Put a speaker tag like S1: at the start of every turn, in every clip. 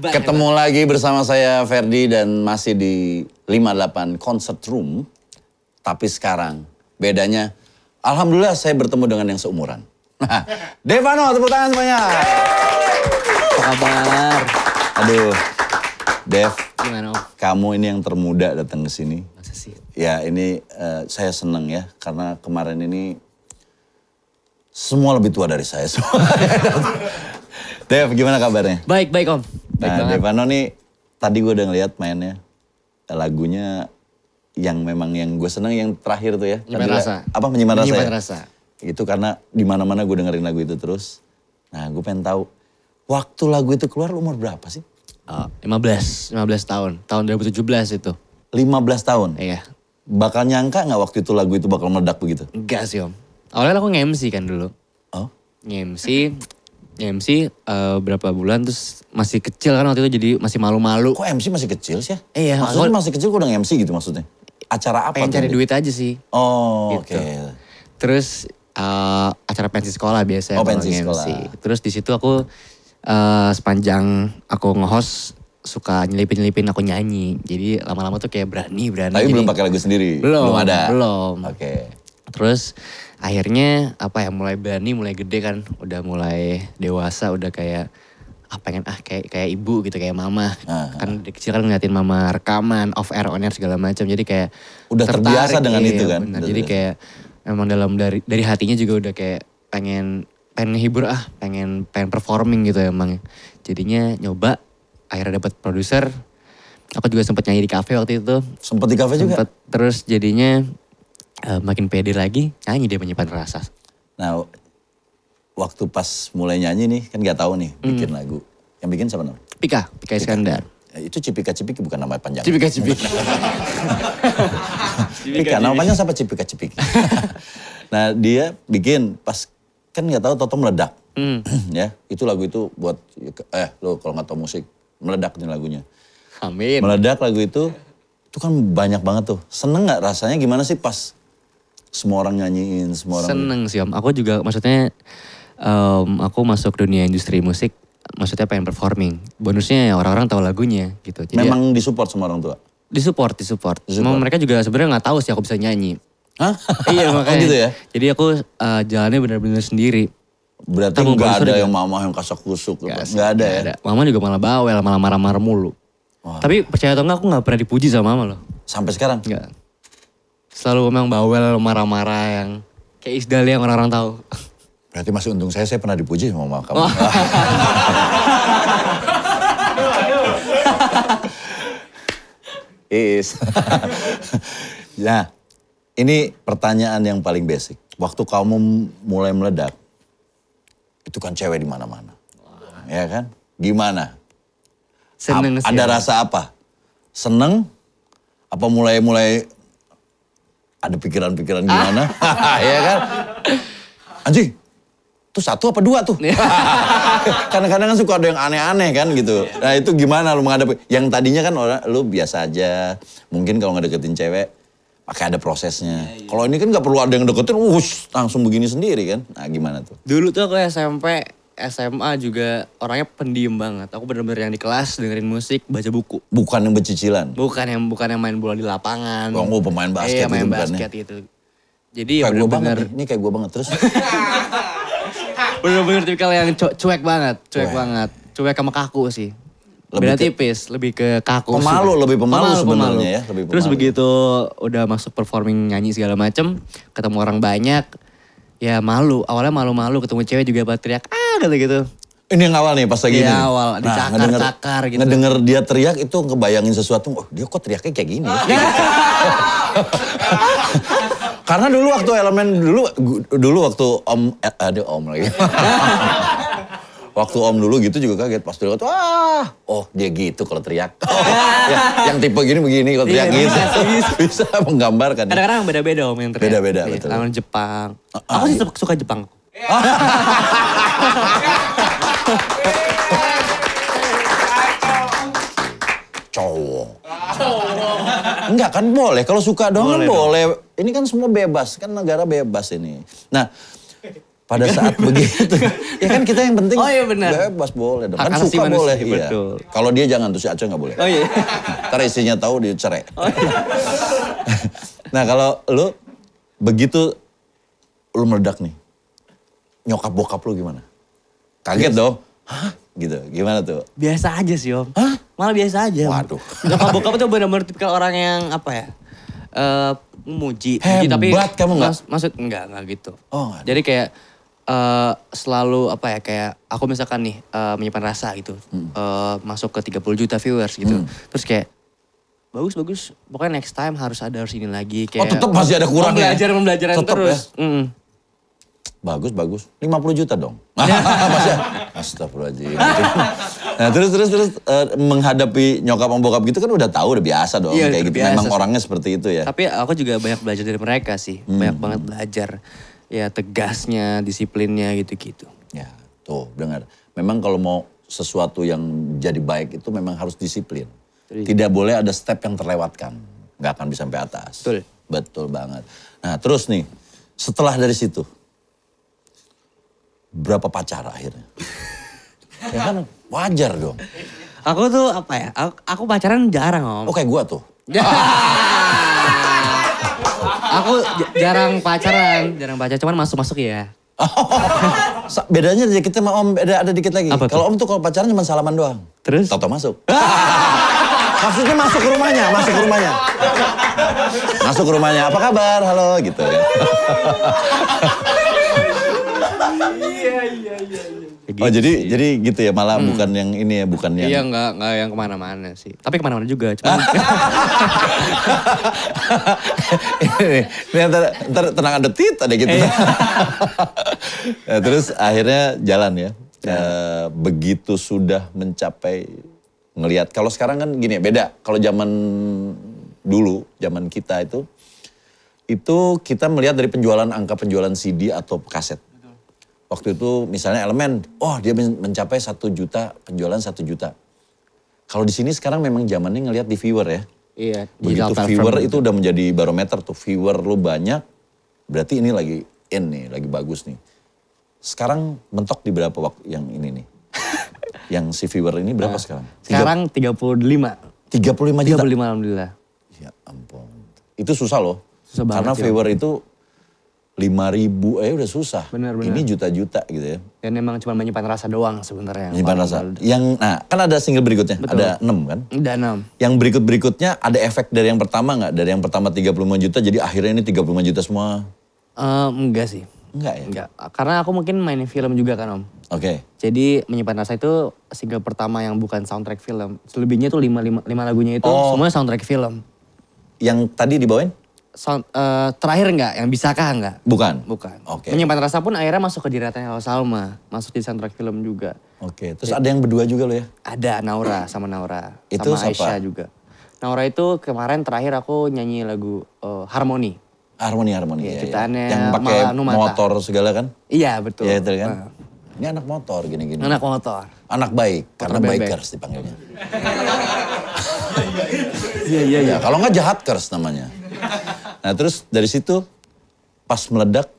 S1: Ketemu lagi bersama saya Iya, Ferdi dan masih di 58 Concert Room. Tapi sekarang bedanya, Alhamdulillah saya bertemu dengan yang seumuran. Nah, Devano, tepuk tangan semuanya.
S2: Apa kabar?
S1: Aduh, Dev,
S2: Gimana Om?
S1: kamu ini yang termuda datang ke sini.
S2: Masa sih?
S1: Ya ini eh, saya seneng ya karena kemarin ini semua lebih tua dari saya semua. Dev gimana kabarnya?
S2: Baik, baik Om. Baik
S1: Nah
S2: banget.
S1: Devano nih tadi gue udah ngeliat mainnya lagunya yang memang yang gue seneng yang terakhir tuh ya.
S2: Menyimpan
S1: Tadi
S2: rasa.
S1: Apa menyimpan rasa?
S2: Menyimpan
S1: ya?
S2: rasa.
S1: Itu karena di mana mana gue dengerin lagu itu terus. Nah gue pengen tahu waktu lagu itu keluar lu umur berapa sih?
S2: Oh, 15, 15 tahun. Tahun 2017 itu.
S1: 15 tahun.
S2: Iya.
S1: Bakal nyangka nggak waktu itu lagu itu bakal meledak begitu?
S2: Enggak sih Om. Awalnya aku nge-MC kan dulu.
S1: Oh.
S2: Nge-MC, nge-MC eh, berapa bulan terus masih kecil kan waktu itu jadi masih malu-malu.
S1: Kok MC masih kecil sih? ya?
S2: Iya,
S1: Maksudnya
S2: aku-
S1: masih kecil kurang MC gitu maksudnya? Acara apa?
S2: Pengen
S1: tuh?
S2: cari duit aja sih.
S1: Oh, oke.
S2: Gitu. Terus eh, acara pensi sekolah biasanya.
S1: Oh,
S2: kalau
S1: pensi
S2: nge-MC.
S1: sekolah.
S2: Terus di situ aku eh, sepanjang aku nge-host suka nyelipin-nyelipin aku nyanyi. Jadi lama-lama tuh kayak berani-berani.
S1: Tapi belum
S2: Jadi-
S1: pakai lagu sendiri?
S2: Belum,
S1: ada?
S2: belum.
S1: Oke.
S2: Terus akhirnya apa ya mulai berani, mulai gede kan, udah mulai dewasa, udah kayak ah pengen ah kayak kayak ibu gitu kayak mama.
S1: Ah,
S2: Kan dari kecil kan ngeliatin mama rekaman, off air, on air segala macam. Jadi kayak
S1: Udah terbiasa dengan
S2: iya,
S1: itu kan?
S2: benar.
S1: Udah
S2: Jadi
S1: terbiasa.
S2: kayak emang dalam dari dari hatinya juga udah kayak pengen pengen hibur ah, pengen pengen performing gitu emang. Jadinya nyoba akhirnya dapat produser. Aku juga sempat nyanyi di kafe waktu itu.
S1: Sempet di kafe juga?
S2: Sempet, terus jadinya eh, makin pede lagi nyanyi dia menyimpan rasa.
S1: Nah, waktu pas mulai nyanyi nih, kan gak tahu
S2: Hmm.
S1: nih bikin lagu. Yang bikin siapa namanya?
S2: Pika, Pika Iskandar.
S1: Eh, Itu Cipika Cipiki bukan nama panjang.
S2: Cipika Cipika.
S1: Cipika, nama panjang siapa Cipika Cipiki? nah dia bikin pas kan nggak tahu Toto meledak.
S2: Hmm.
S1: ya, itu lagu itu buat eh lo kalau nggak tahu musik meledak nih lagunya.
S2: Amin.
S1: meledak lagu itu itu kan banyak banget tuh seneng nggak rasanya gimana sih pas semua orang nyanyiin semua orang
S2: Seneng sih om. Aku juga maksudnya em, aku masuk dunia industri musik. Maksudnya pengen performing. Bonusnya ya orang-orang tahu lagunya gitu. Jadi
S1: memang disupport semua orang tua
S2: disupport, disupport. Cuma mereka juga sebenarnya nggak tahu sih aku bisa nyanyi.
S1: Hah?
S2: iya
S1: Oh,
S2: makanya.
S1: gitu ya
S2: Jadi aku eh, jalannya benar-benar sendiri.
S1: berarti
S2: Tabung
S1: nggak
S2: produser
S1: ada
S2: juga.
S1: yang mama yang kasak kusuk gitu.
S2: gitu. Nggak sih,
S1: nggak ada ya
S2: nggak Mama juga malah bawel, malah marah-marah mulu.
S1: Wah.
S2: Tapi percaya atau enggak aku nggak pernah dipuji sama mama loh.
S1: sampai sekarang
S2: Enggak. Selalu memang bawel, marah-marah yang kayak Isdal yang orang-orang tahu.
S1: berarti masih untung saya saya pernah dipuji sama mama kamu
S2: Oh.
S1: is nah ini pertanyaan yang paling basic waktu kamu mulai meledak itu kan cewek di mana-mana ya kan gimana
S2: Seneng
S1: Ap-
S2: sih.
S1: ada rasa apa seneng apa mulai-mulai ada pikiran-pikiran gimana ya kan anjing tuh satu apa dua tuh
S2: Iya.
S1: kadang-kadang kan suka ada yang aneh-aneh kan gitu
S2: Iya.
S1: nah itu gimana lu menghadapi yang tadinya kan orang lu biasa aja mungkin kalau ngedeketin cewek pakai ada prosesnya
S2: Iya,
S1: kalau ini kan nggak perlu ada yang deketin wush, langsung begini sendiri kan nah gimana tuh
S2: Dulu tuh aku SMP, SMA juga orangnya pendiam banget. Aku bener-bener yang di kelas dengerin musik, baca buku.
S1: bukan yang bercicilan
S2: Bukan yang bukan yang main bola di lapangan.
S1: Bang, oh, pemain basket
S2: Iya, main
S1: gitu bukan ya?
S2: basket itu. Jadi ya
S1: kayak gue banget
S2: bener-bener
S1: nih. ini kayak gue banget terus
S2: Bener-bener tipikal yang cu- cuek banget, cuek
S1: Cuek.
S2: banget. Cuek sama kaku sih.
S1: Lebih
S2: Beda
S1: ke-
S2: tipis, lebih ke kaku. sih.
S1: Pemalu, lebih pemalu sebenarnya ya,
S2: pemalu.
S1: lebih
S2: Terus
S1: pemalu.
S2: begitu udah masuk performing nyanyi segala macem, ketemu orang banyak, ya malu. Awalnya malu-malu, ketemu cewek juga pada teriak, ah gitu-gitu.
S1: Ini yang awal nih pas lagi
S2: Iya,
S1: ini.
S2: awal. Dicakar-cakar gitu.
S1: Ngedenger dia teriak itu ngebayangin sesuatu. Oh dia kok teriaknya kayak gini. ya?" Karena dulu waktu elemen dulu gu- dulu waktu om eh, ada om lagi. waktu om dulu gitu juga kaget pas dulu wah oh dia gitu kalau teriak. Oh, ya, yang tipe gini begini kalau teriak gitu.
S2: Iya, bisa
S1: Bisa menggambarkan. ya.
S2: Kadang-kadang beda-beda om yang teriak.
S1: Beda-beda,
S2: Iya,
S1: betul.
S2: Lawan Jepang.
S1: Ah,
S2: Aku
S1: iya.
S2: sih suka Jepang.
S1: Cowok. Enggak kan boleh kalau suka dong kan boleh. Ini kan semua bebas kan negara bebas ini. Nah pada saat begitu. ya kan kita yang penting
S2: Oh, iya benar.
S1: bebas boleh dong.
S2: Hak
S1: Kan
S2: asasi
S1: suka
S2: manusia,
S1: boleh. Iya.
S2: betul.
S1: Kalau dia jangan tuh si Aceh nggak boleh.
S2: Oh iya.
S1: Ntar istrinya tahu dia cerai.
S2: Oh,
S1: nah kalau lu begitu lu meledak nih, nyokap bokap lu gimana? Kaget dong. Hah? Gitu, gimana tuh?
S2: Biasa aja sih om. Malah biasa aja. Om.
S1: Waduh.
S2: Nyokap bokap tuh benar-benar tipikal orang yang apa ya? Eh muji. Muji, tapi
S1: Hebat kamu nggak?
S2: Mas- maksud enggak enggak gitu.
S1: Oh, nggak ada.
S2: Jadi kayak eh selalu apa ya kayak aku misalkan nih eh, menyimpan rasa gitu.
S1: Hmm.
S2: Eh, masuk ke 30 juta viewers gitu. Terus kayak bagus bagus pokoknya next time harus ada harus ini lagi kayak
S1: Oh, tetep masih ada kurangnya.
S2: belajar pembelajaran
S1: Tetep ya?
S2: terus Mm.
S1: Bagus, bagus. 50 juta dong. Masya. Astagfirullahaladzim. nah terus, terus, terus eh, menghadapi nyokap sama bokap gitu kan udah tahu, udah biasa dong.
S2: Iya,
S1: kayak
S2: udah
S1: gitu.
S2: biasa
S1: Memang
S2: sih.
S1: orangnya seperti itu ya.
S2: Tapi aku juga banyak belajar dari mereka sih.
S1: Hmm.
S2: Banyak banget belajar. Ya tegasnya, disiplinnya gitu-gitu.
S1: Ya, tuh dengar. Memang kalau mau sesuatu yang jadi baik itu memang harus disiplin.
S2: Iya.
S1: Tidak boleh ada step yang terlewatkan. Nggak akan bisa sampai atas.
S2: Betul.
S1: Betul banget. Nah terus nih, setelah dari situ, berapa pacar akhirnya? ya kan wajar dong.
S2: Aku tuh apa ya, aku, aku pacaran jarang om.
S1: Oke Oh, gua tuh.
S2: aku j- jarang pacaran, jarang pacaran. Cuman masuk-masuk ya.
S1: Sa- Bedanya aja kita sama Om ada, ada dikit lagi.
S2: Apa tuh?
S1: Kalau Om tuh kalau pacaran cuma salaman doang.
S2: Terus?
S1: Toto masuk. Maksudnya masuk ke rumahnya, masuk ke rumahnya. Masuk ke rumahnya, apa kabar? Halo gitu ya. Iya, Oh jadi jadi gitu ya malah bukan yang ini ya bukan yang
S2: Iya nggak nggak yang kemana-mana sih. Tapi kemana-mana juga. Cuman
S1: ini, ini ntar, ntar tenang ada tit ada gitu. Nah, terus akhirnya jalan ya. Eh, begitu sudah mencapai ngelihat kalau sekarang kan gini ya, beda. Kalau zaman dulu, zaman kita itu itu kita melihat dari penjualan angka penjualan CD atau kaset. Waktu itu misalnya elemen, oh dia men- mencapai satu juta penjualan satu juta. Kalau di sini sekarang memang zamannya ngelihat di viewer ya.
S2: iya.
S1: Begitu
S2: digital platform.
S1: viewer itu udah menjadi barometer tuh. Viewer lu banyak, berarti ini lagi in nih, lagi bagus nih. Sekarang mentok di berapa waktu yang ini nih? yang si viewer ini
S2: Ah.
S1: berapa sekarang? Tiga-
S2: Sekarang 35.
S1: 35 juta.
S2: 35 alhamdulillah.
S1: Ya ampun. Itu susah loh.
S2: Susah banget
S1: Karena
S2: ya.
S1: viewer itu 5 ribu eh udah susah.
S2: Benar, benar.
S1: Ini juta-juta gitu ya.
S2: Dan emang cuma menyimpan rasa doang sebenarnya.
S1: Menyimpan rasa. Yang nah, kan ada single berikutnya, ada 6 kan?
S2: Udah enam.
S1: Yang berikut-berikutnya ada efek dari yang pertama nggak? Dari yang pertama 35 juta jadi akhirnya ini 35 juta semua.
S2: Eh, enggak sih.
S1: Enggak ya?
S2: Enggak. Karena aku mungkin main film juga kan om.
S1: Oke.
S2: Jadi Menyimpan Rasa itu single pertama yang bukan soundtrack film. Selebihnya tuh lima, lima, lima lagunya itu
S1: Oh.
S2: semuanya soundtrack film.
S1: Yang tadi dibawain?
S2: Sound, eh, terakhir enggak? Yang Bisakah enggak?
S1: Bukan?
S2: Bukan.
S1: Oke.
S2: Menyimpan Rasa pun akhirnya masuk ke Diratan Halo Salma. Masuk di soundtrack film juga.
S1: Oke. Terus ada yang berdua juga lo ya?
S2: Ada Naura sama Naura.
S1: Itu
S2: sama
S1: siapa?
S2: Aisyah juga. Naura itu kemarin terakhir aku nyanyi lagu eh, Harmoni.
S1: Harmoni harmoni.
S2: Iya,
S1: ya, ya.
S2: ciptaannya
S1: Yang pakai
S2: Mala Numata.
S1: motor segala kan?
S2: Iya betul.
S1: Iya itu kan.
S2: Nah,
S1: Ini anak motor gini-gini.
S2: Anak motor.
S1: Anak baik, karena
S2: bebek.
S1: bikers dipanggilnya.
S2: Iya iya
S1: Ya, kalau nggak jahatkers namanya. Nah terus dari situ pas meledak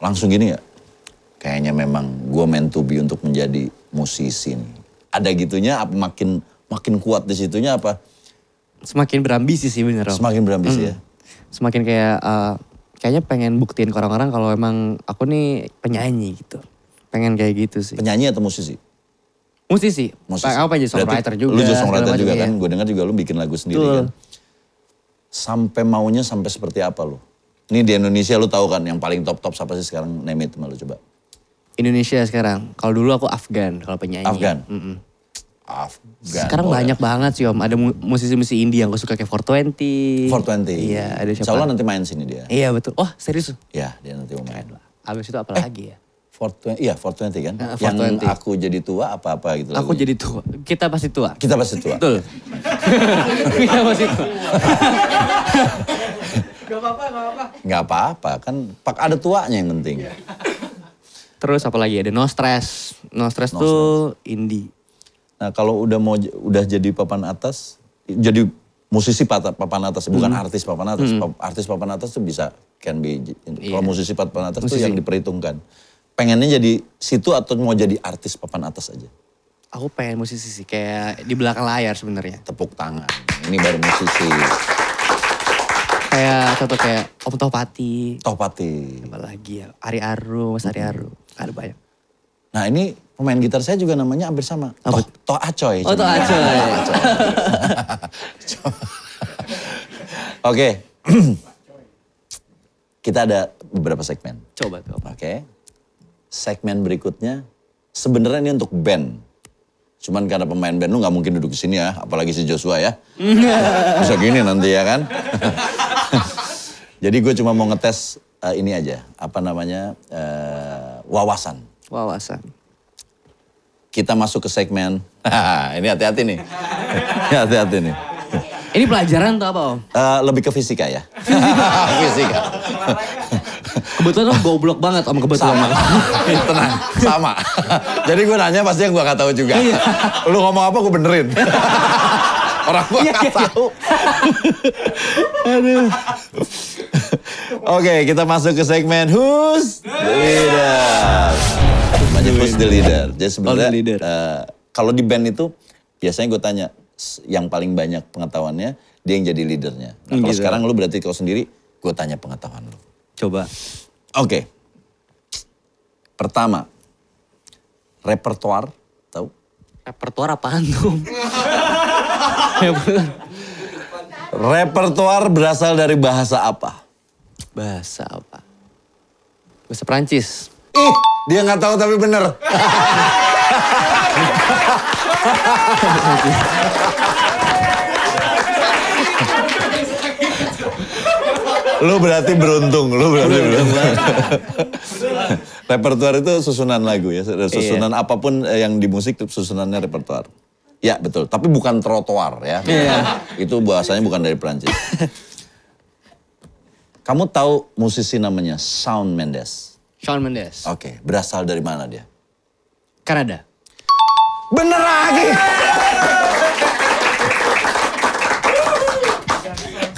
S1: langsung gini ya. Kayaknya memang gue meant to be untuk menjadi musisi nih. Ada gitunya apa makin makin kuat di situnya apa?
S2: Semakin berambisi sih bener om.
S1: Semakin
S2: Hmm.
S1: berambisi ya.
S2: semakin kayak eh, kayaknya pengen buktiin ke orang-orang kalau emang aku nih penyanyi gitu. Pengen kayak gitu sih.
S1: Penyanyi atau musisi?
S2: Musisi.
S1: musisi.
S2: Musisi. Eh, Apa aja songwriter
S1: Berarti
S2: juga.
S1: Lu jadi
S2: segala
S1: songwriter
S2: macam,
S1: juga
S2: iya.
S1: kan, gue dengar juga lu bikin lagu sendiri
S2: Betul.
S1: kan. Sampai maunya sampai seperti apa lu? Ini di Indonesia lu tahu kan yang paling top-top siapa sih sekarang name it sama lu coba.
S2: Indonesia sekarang. Kalau dulu aku Afgan kalau penyanyi.
S1: Afgan.
S2: Iya, Mm-mm.
S1: Afgan.
S2: Sekarang
S1: boleh.
S2: banyak banget sih om. Ada mu- musisi-musisi indie yang gue suka kayak 420.
S1: 420.
S2: Iya ada siapa.
S1: Insya Allah nanti main sini dia.
S2: Iya betul. Wah serius.
S1: Ya dia nanti mau main.
S2: Abis itu
S1: Eh.
S2: apa lagi ya?
S1: 420, iya 420 kan?
S2: Nah,
S1: yang
S2: 420.
S1: aku jadi tua apa-apa gitu
S2: Aku
S1: lagunya.
S2: jadi tua. Kita pasti tua.
S1: Kita pasti tua.
S2: Betul. Kita pasti tua.
S1: Nggak apa-apa kan, pak ada tuanya yang penting.
S2: Iya. Terus apa lagi? Ada No Stress. No Stress tuh indie.
S1: Nah kalau udah mau udah jadi papan atas, jadi musisi pata- papan atas bukan artis papan Iya. atas. Pa- Artis papan atas tuh bisa can be. Kalau musisi papan atas tuh yang diperhitungkan. pengennya jadi situ atau mau jadi artis papan atas aja?
S2: Aku pengen musisi sih kayak di belakang layar sebenarnya.
S1: Tepuk tangan. Ini baru musisi.
S2: Kayak contoh kayak Om Tohpati,
S1: Tohpati.
S2: apa lagi ya? Ari Aru, Mas Ari Aru. Ada banyak.
S1: Nah ini pemain gitar saya juga namanya hampir sama. Toh,
S2: Apa?
S1: Toh Acoy.
S2: Oh, Toh Acoy.
S1: Acoy. Oke. Kita ada beberapa segmen.
S2: Coba tuh. apa?
S1: Oke. Segmen berikutnya sebenarnya ini untuk band. Cuman karena pemain band lu nggak mungkin duduk di sini ya, apalagi si Joshua ya. Bisa gini nanti ya kan. Jadi gue cuma mau ngetes eh, ini aja, apa namanya eh, wawasan.
S2: Wawasan.
S1: Kita masuk ke segmen. ini hati-hati nih. Ini hati-hati nih.
S2: Ini pelajaran tuh apa Om?
S1: Eh, lebih ke fisika ya. fisika.
S2: Kebetulan Om goblok banget Om kebetulan.
S1: sama. Tenang, sama. Jadi gue nanya pasti yang gue gak tahu juga.
S2: Iya.
S1: Lu ngomong apa gue benerin. Orang gue
S2: Iya,
S1: gak
S2: iya, iya.
S1: tahu. Aduh. Oke, kita masuk ke segmen Who's the Leader. Namanya Who's the Leader. Jadi sebenarnya
S2: Oh, the leader.
S1: eh, kalau di band itu biasanya gue tanya s- yang paling banyak pengetahuannya dia yang jadi leadernya. Nah,
S2: Hmm,
S1: kalau
S2: gitu.
S1: sekarang lu berarti kalau sendiri gue tanya pengetahuan lu.
S2: Coba.
S1: Oke. Pertama, repertoar, tahu?
S2: Repertuar apaan tuh? Ya Om? Repertuar.
S1: Repertoar berasal dari bahasa apa?
S2: Bahasa apa? Bahasa Perancis.
S1: Ih, dia nggak tahu tapi bener. lu berarti beruntung, lu berarti beruntung. repertoar itu susunan lagu ya, susunan apapun eh, yang di musik susunannya repertoar. Ya betul, tapi bukan trotoar ya.
S2: Iya.
S1: Itu bahasanya bukan dari Perancis. Kamu tahu musisi namanya Shawn Mendes?
S2: Shawn Mendes.
S1: Oke, berasal dari mana dia?
S2: Kanada.
S1: Bener lagi.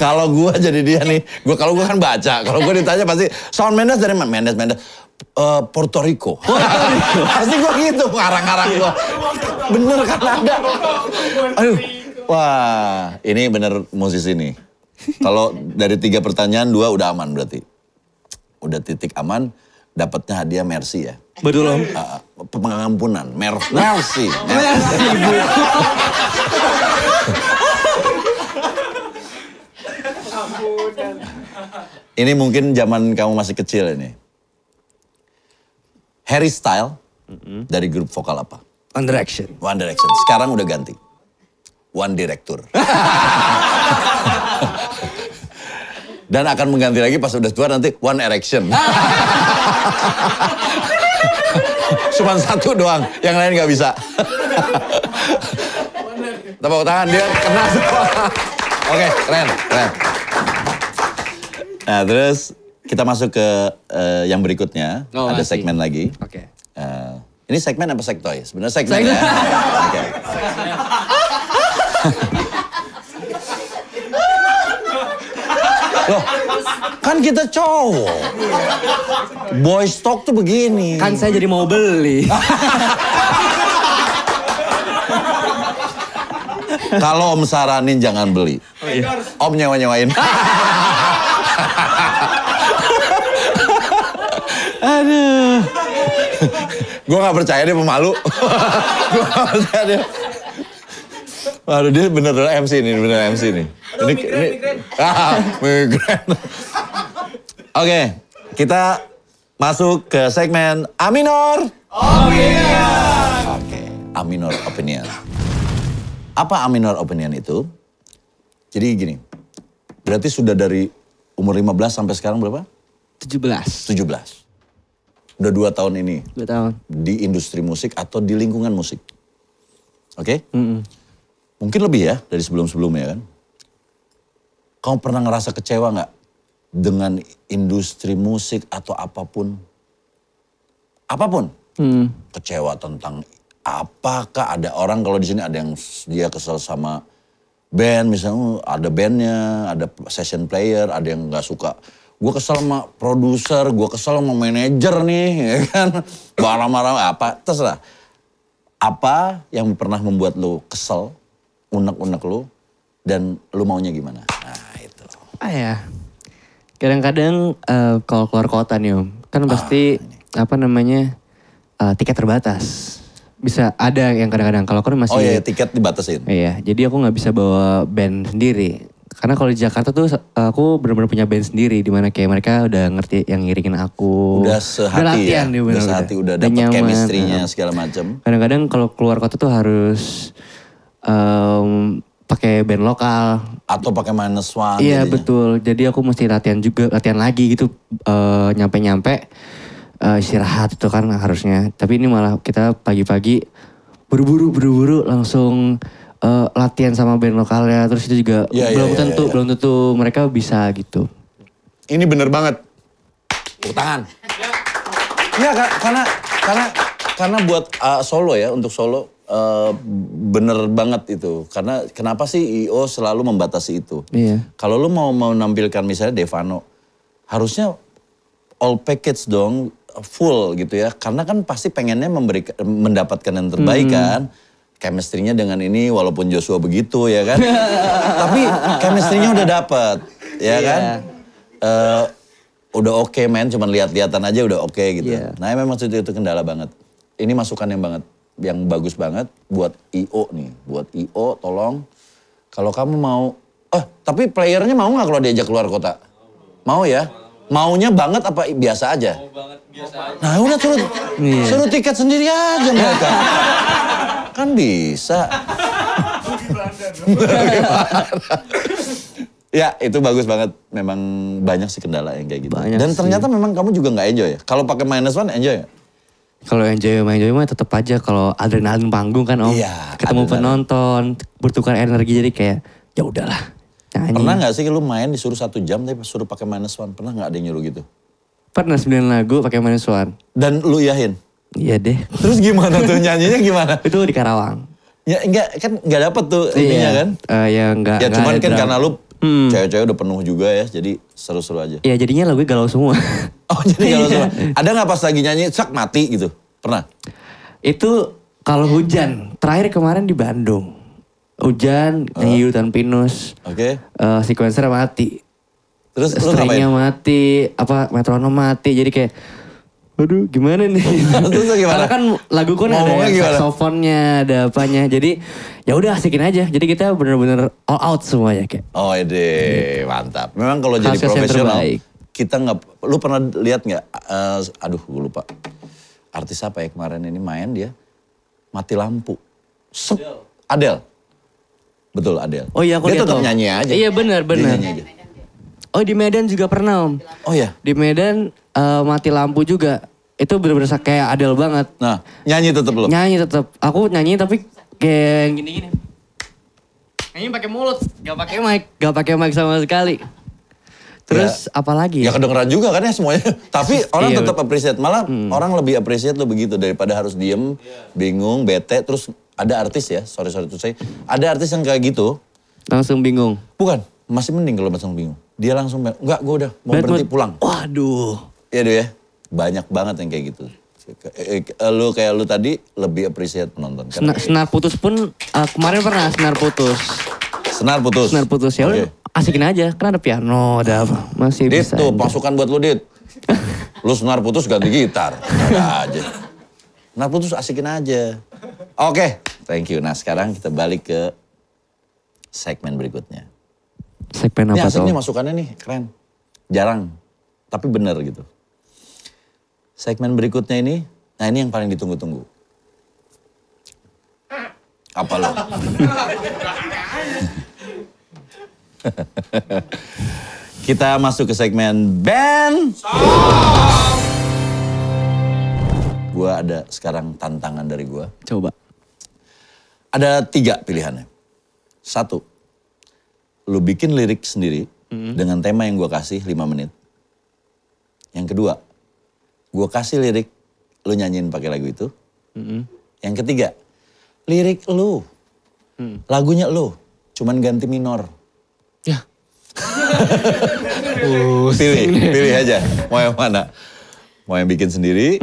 S1: kalau gua jadi dia nih, gua kalau gua kan baca, kalau gua ditanya pasti Shawn Mendes dari mana? Mendes Mendes eh, Puerto Rico. pasti gua gitu ngarang-ngarang gua. Bener kan ada. Aduh. Wah, ini bener musisi nih. Kalau dari tiga pertanyaan dua udah aman berarti. Udah titik aman, dapatnya hadiah Mercy ya.
S2: Betul Om.
S1: Uh, pengampunan, mer mercy.
S2: Merci, Bu.
S1: Ini mungkin zaman kamu masih kecil ini. Harry Style dari grup vokal apa?
S2: On direction.
S1: One Direction. Sekarang udah ganti. One Director. Dan akan mengganti lagi pas udah tua nanti One Erection. Cuman satu doang, yang lain nggak bisa. Tepuk tangan, dia kena semua. Oke, keren, keren. Nah terus kita masuk ke eh, yang berikutnya.
S2: Oh,
S1: Ada
S2: masih.
S1: segmen lagi.
S2: Oke.
S1: Eh, ini segmen apa sektoy? Sebenarnya segmen ya. Oke. Loh, kan kita cowok. Boys talk tuh begini.
S2: Kan saya jadi mau beli.
S1: Kalau om saranin jangan beli. Om nyewa-nyewain. Aduh. Gue gak percaya dia pemalu. Gue gak percaya dia. Waduh dia bener MC nih, bener MC nih. ini, ini, Ah, migren. Oke, kita masuk ke segmen Aminor. Opinion. Oke, Aminor Opinion. Apa Aminor Opinion itu? Jadi gini, berarti sudah dari umur 15 sampai sekarang berapa?
S2: 17.
S1: 17. Udah dua tahun ini
S2: Dua tahun.
S1: di industri musik atau di lingkungan musik. Oke? Mungkin lebih ya dari sebelum-sebelumnya kan. Kamu pernah ngerasa kecewa nggak dengan industri musik atau apapun? Apapun. Kecewa tentang apakah ada orang kalau di sini ada yang s- dia kesel sama band misalnya "Oh, ada bandnya, ada p- session player, ada yang nggak suka gue kesel sama produser, gue kesel sama manajer nih, ya kan? Marah-marah apa, terserah. Apa yang pernah membuat lu kesel, unek-unek lu, dan lu maunya gimana? Nah itu.
S2: apa ya kadang-kadang eh, kalau keluar kota nih om
S1: Ah,
S2: kan pasti apa namanya eh, tiket terbatas bisa ada yang kadang-kadang kalau kan masih
S1: Oh iya, tiket dibatasin.
S2: Iya, jadi aku nggak bisa bawa band sendiri. Karena kalau di Jakarta tuh aku benar-benar punya band sendiri di mana kayak mereka udah ngerti yang ngiringin aku.
S1: Udah sehati
S2: latihan
S1: ya,
S2: dia
S1: udah
S2: benar-benar.
S1: sehati, udah dapet
S2: nyaman,
S1: chemistry-nya
S2: nah.
S1: segala macam.
S2: Kadang-kadang kalau keluar kota tuh harus em, pakai band lokal.
S1: Atau pakai minus one.
S2: Iya
S1: jadinya.
S2: betul. Jadi aku mesti latihan juga, latihan lagi gitu eh, nyampe-nyampe eh, istirahat itu kan harusnya. Tapi ini malah kita pagi-pagi buru-buru buru-buru langsung eh, latihan sama band lokalnya. Terus itu juga
S1: Iya, iya,
S2: belum
S1: iya,
S2: tentu
S1: iya, iya.
S2: belum tentu mereka bisa gitu.
S1: Ini bener banget. Tepuk tangan. Ya ka- karena karena karena buat uh, solo ya untuk solo uh, bener banget itu. Karena kenapa sih IO selalu membatasi itu?
S2: Iya.
S1: Kalau lu mau mau menampilkan misalnya Devano, harusnya all package dong, full gitu ya. Karena kan pasti pengennya memberi mendapatkan yang terbaik kan. Chemistry-nya dengan ini walaupun Joshua begitu ya kan. Tapi chemistry-nya udah dapet ya kan. Eh, udah oke men, cuman lihat-lihatan aja udah oke gitu.
S2: Iya.
S1: Nah memang itu, itu kendala banget. Ini masukan yang banget, yang bagus banget buat IO nih. Buat IO tolong kalau kamu mau, eh tapi playernya mau nggak kalau diajak keluar kota? Mau ya? Maunya banget apa i- biasa aja? Mau banget biasa aja. Nah udah suruh,
S2: Iya.
S1: suruh tiket sendiri aja mereka. kan bisa. Ya itu bagus banget. Memang banyak sih kendala yang kayak gitu.
S2: Banyak
S1: Dan
S2: sih.
S1: ternyata memang kamu juga nggak enjoy ya. Kalau pakai minus one enjoy ya.
S2: Kalau enjoy main enjoy mah tetap aja kalau adrenalin panggung kan om.
S1: Iya,
S2: Ketemu
S1: adrenalin.
S2: penonton, bertukar energi jadi kayak ya udahlah. Nyanyi.
S1: Pernah nggak sih lu main disuruh satu jam tapi suruh pakai minus one? Pernah nggak ada yang nyuruh gitu?
S2: Pernah 9 lagu pakai minus one.
S1: Dan lu yahin?
S2: Iya deh.
S1: Terus gimana tuh nyanyinya gimana?
S2: Itu di Karawang.
S1: Ya enggak kan enggak dapat tuh intinya kan.
S2: Eh, ya enggak.
S1: Ya
S2: enggak
S1: cuman
S2: ada
S1: kan
S2: drama.
S1: karena lu
S2: Hmm.
S1: cewek-cewek udah penuh juga ya, jadi seru-seru aja.
S2: Ya jadinya lagunya galau semua.
S1: Oh jadi kalau
S2: Iya.
S1: semua- ada nggak pas lagi nyanyi sak mati gitu? Pernah?
S2: Itu kalau hujan. Terakhir kemarin di Bandung. Hujan,
S1: Eh.
S2: nyanyi hutan pinus.
S1: Oke.
S2: Eh, sequencer mati.
S1: Terus lu
S2: Stringnya
S1: ngapain?
S2: mati. Apa metronom mati. Jadi kayak Aduh gimana nih?
S1: Terus lu gimana?
S2: Karena kan lagu kan ada
S1: Ngomongnya
S2: yang
S1: gimana?
S2: saksofonnya, ada apanya. Jadi ya udah asikin aja. Jadi kita bener-bener all out semuanya kayak.
S1: Oh ide, mantap. Memang kalau jadi
S2: Khas-khas yang
S1: profesional
S2: terbaik.
S1: kita nggak, lu pernah lihat nggak? eh, aduh, gue lupa. Artis apa ya kemarin ini main dia mati lampu. Set. Adele. Betul Adele.
S2: Oh iya aku
S1: dia
S2: lihat
S1: tetap
S2: Om.
S1: nyanyi aja.
S2: Iya benar
S1: Dia
S2: benar.
S1: nyanyi aja.
S2: Oh di Medan juga pernah om.
S1: Oh ya.
S2: Di Medan eh, mati lampu juga. Itu bener-bener sa- kayak Adele banget.
S1: Nah, nyanyi tetap belum?
S2: Nyanyi tetap. Aku nyanyi tapi kayak yang gini-gini. Nyanyi pakai mulut, gak pakai mic, gak pakai mic sama sekali. Terus apalagi?
S1: Ya
S2: Ya?
S1: kedengeran juga kan ya semuanya. Tapi orang
S2: Iya,
S1: tetap appreciate. Malah orang lebih appreciate lo begitu daripada harus diem, bingung, bete. Terus ada artis ya, sorry sorry tuh saya. Ada artis yang kayak gitu.
S2: Langsung bingung.
S1: Bukan, masih mending kalau langsung bingung. Dia langsung bilang, enggak gue udah mau
S2: Bad
S1: berhenti
S2: mood.
S1: pulang.
S2: Waduh.
S1: Iya deh ya, banyak banget yang kayak gitu. Eh, eh, Lu kayak lu tadi lebih appreciate penonton. Karena
S2: Sena- senar putus pun eh, kemarin pernah senar putus.
S1: senar putus.
S2: Senar putus ya udah
S1: Oke. Gitu.
S2: asikin aja. Karena ada piano, ada apa. Masih
S1: Dit,
S2: bisa.
S1: tuh pasukan buat lu, Dit. lu senar putus ganti gitar. Ada aja. Senar putus asikin aja. Oke, thank you. Nah sekarang kita balik ke segmen berikutnya.
S2: Segmen
S1: Ini
S2: apa
S1: asik nih
S2: tuh?
S1: masukannya nih, keren. Jarang, tapi bener gitu. Segmen berikutnya ini, nah ini yang paling ditunggu-tunggu. Apa lo? Kita masuk ke segmen band. Gua ada sekarang tantangan dari gua.
S2: Coba.
S1: Ada tiga pilihannya. Satu, lu bikin lirik sendiri dengan tema yang gue kasih 5 menit. Yang kedua, gue kasih lirik, lu nyanyiin pakai lagu itu. Yang ketiga, lirik lu, lagunya lu, cuman ganti minor.
S2: Ya.
S1: pilih, pilih aja. Mau yang mana? Mau yang bikin sendiri,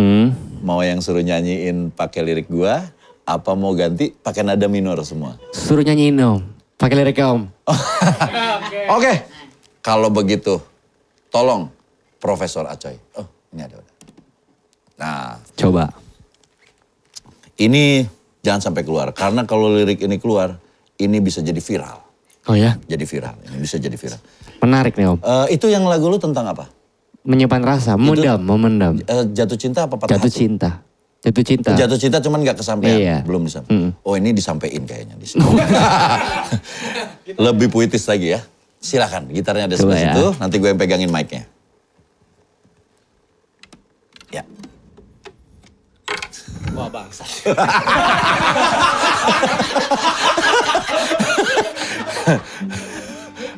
S1: mau yang suruh nyanyiin pakai lirik gua, apa mau ganti pakai nada minor semua.
S2: Suruh nyanyiin om. Pakai liriknya om.
S1: Oke. Kalau begitu, tolong Profesor Acoy. Oh, ini ada. ada. Nah,
S2: Coba.
S1: ini jangan sampai keluar karena kalau lirik ini keluar, ini bisa jadi viral.
S2: Oh ya,
S1: Jadi viral, ini bisa jadi viral.
S2: menarik nih om.
S1: Eh, itu yang lagu lu tentang apa?
S2: Menyimpan rasa, memendam, memendam.
S1: Eh, jatuh cinta apa patah
S2: Jatuh
S1: hati?
S2: cinta. Jatuh cinta.
S1: Jatuh cinta cuman gak kesampaian,
S2: Iya.
S1: belum disampaikan. Oh ini disampaikan kayaknya di sini. Lebih puitis lagi ya. Silakan, gitarnya ada
S2: Coba
S1: sebelah
S2: ya.
S1: situ, nanti gue yang pegangin mic-nya. Ya.
S2: Wah bangsa.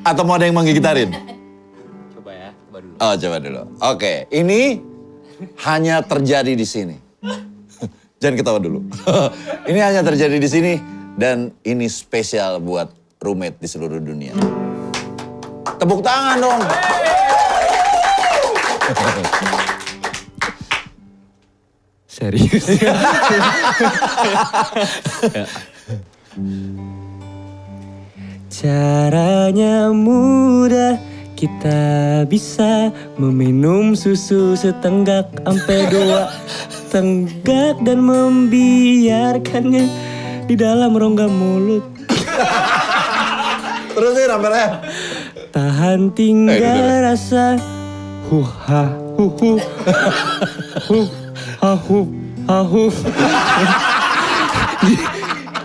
S1: Atau mau ada yang menggitarin?
S2: Coba ya, coba dulu.
S1: Oh coba dulu. Oke, ini hanya terjadi di sini. Jangan ketawa dulu. ini hanya terjadi di sini dan ini spesial buat roommate di seluruh dunia. Tepuk tangan dong.
S2: Serius.
S3: Caranya mudah kita bisa meminum susu setenggak sampai dua tenggak dan membiarkannya di dalam rongga mulut
S1: Terusin rambelnya.
S3: tahan tinggal
S1: Eh, gitu dong.
S3: rasa hu ha hu hu hu ha hu ha hu Di-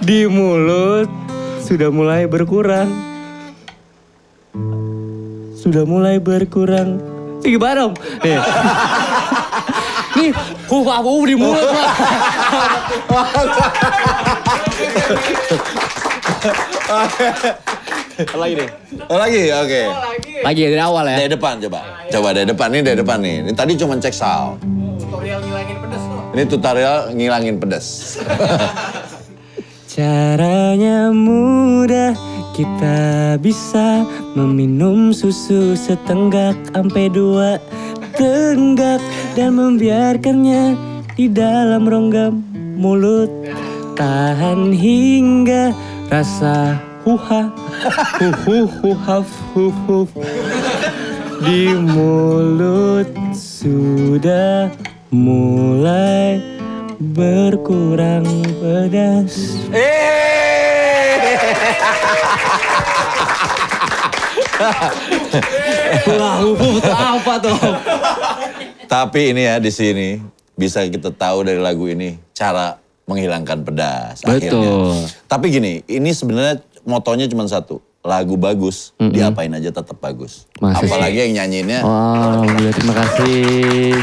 S3: di mulut sudah mulai berkurang sudah mulai berkurang Ih, gimana om? Nih. Nih, hu ha hu di mulut Pak.
S1: Lagi, oke.
S2: Lagi ya, dari awal ya.
S1: Dari depan coba. Coba dari depan nih, dari depan nih. Ini tadi cuma cek sound. Tutorial ngilangin pedas tuh. Ini tutorial ngilangin
S3: Caranya mudah, kita bisa meminum susu setenggak sampai dua tenggak dan membiarkannya di dalam rongga mulut. Tahan hingga rasa huha huhu huhaf huhuf di mulut sudah mulai berkurang pedas.
S1: pedas. Eh.
S2: Wah, hufu itu apa tuh?
S1: Tapi ini ya di sini bisa kita tahu dari lagu ini cara menghilangkan pedas
S2: Betul.
S1: akhirnya. Tapi gini, ini sebenarnya motonya cuma satu. Lagu bagus, diapain aja tetap bagus.
S2: Masih sih.
S1: Apalagi yang nyanyiinnya
S2: Wah, alhamdulillah ya, terima kasih.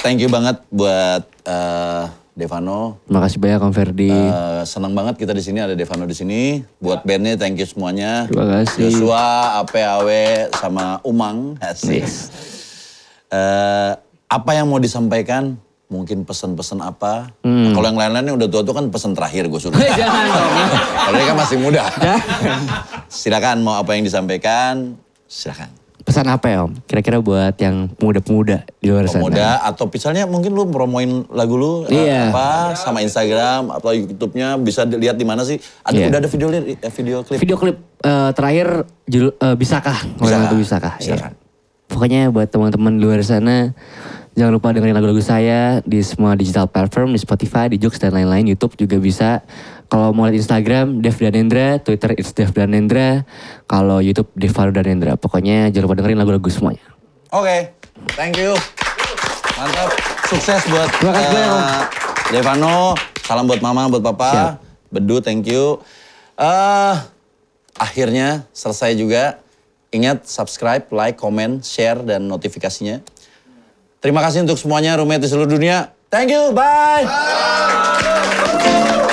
S1: thank you banget buat eh, Devano
S2: Terima kasih banyak Om Ferdi.
S1: Eh, senang banget kita di sini ada Devano di sini. Buat bandnya thank you semuanya.
S2: Ya. Terima kasih.
S1: Joshua, APAW, sama Umang. Asik.
S2: Yes.
S1: Eh, apa yang mau disampaikan? Mungkin pesan-pesan apa?
S2: Hmm.
S1: Kalau yang lain-lainnya udah tua-tua kan pesan terakhir gue suruh.
S2: Jangan dong.
S1: Kalau dia kan masih muda.
S2: Ya.
S1: silakan mau apa yang disampaikan, silakan.
S2: Pesan apa ya Om? Kira-kira buat yang pemuda-pemuda di luar sana.
S1: Pemuda atau misalnya mungkin lu promoin lagu lu eh,
S2: Iya.
S1: apa sama Instagram atau YouTube-nya bisa dilihat di mana sih? Ada
S2: Iya.
S1: udah ada video li- eh, video klip.
S2: Video klip eh, terakhir judul eh, Bisakah? Orang itu Bisakah. iya.
S1: Silakan.
S2: Pokoknya buat teman-teman di luar sana jangan lupa dengerin lagu-lagu saya di semua digital platform di Spotify, di Joox dan lain-lain, YouTube juga bisa. Kalau mau lihat Instagram Dev Danendra, Twitter it's Dev Danendra, kalau YouTube Devaro Danendra. Pokoknya jangan lupa dengerin lagu-lagu semuanya.
S1: Oke, thank you. Mantap, sukses buat
S2: Terima kasih
S1: eh,
S2: banyak, Om.
S1: Devano. Salam buat mama, buat papa.
S2: Siap.
S1: Bedu, thank you. eh akhirnya selesai juga. Ingat subscribe, like, komen, share, dan notifikasinya. Terima kasih untuk semuanya, roommate di seluruh dunia. Thank you, bye.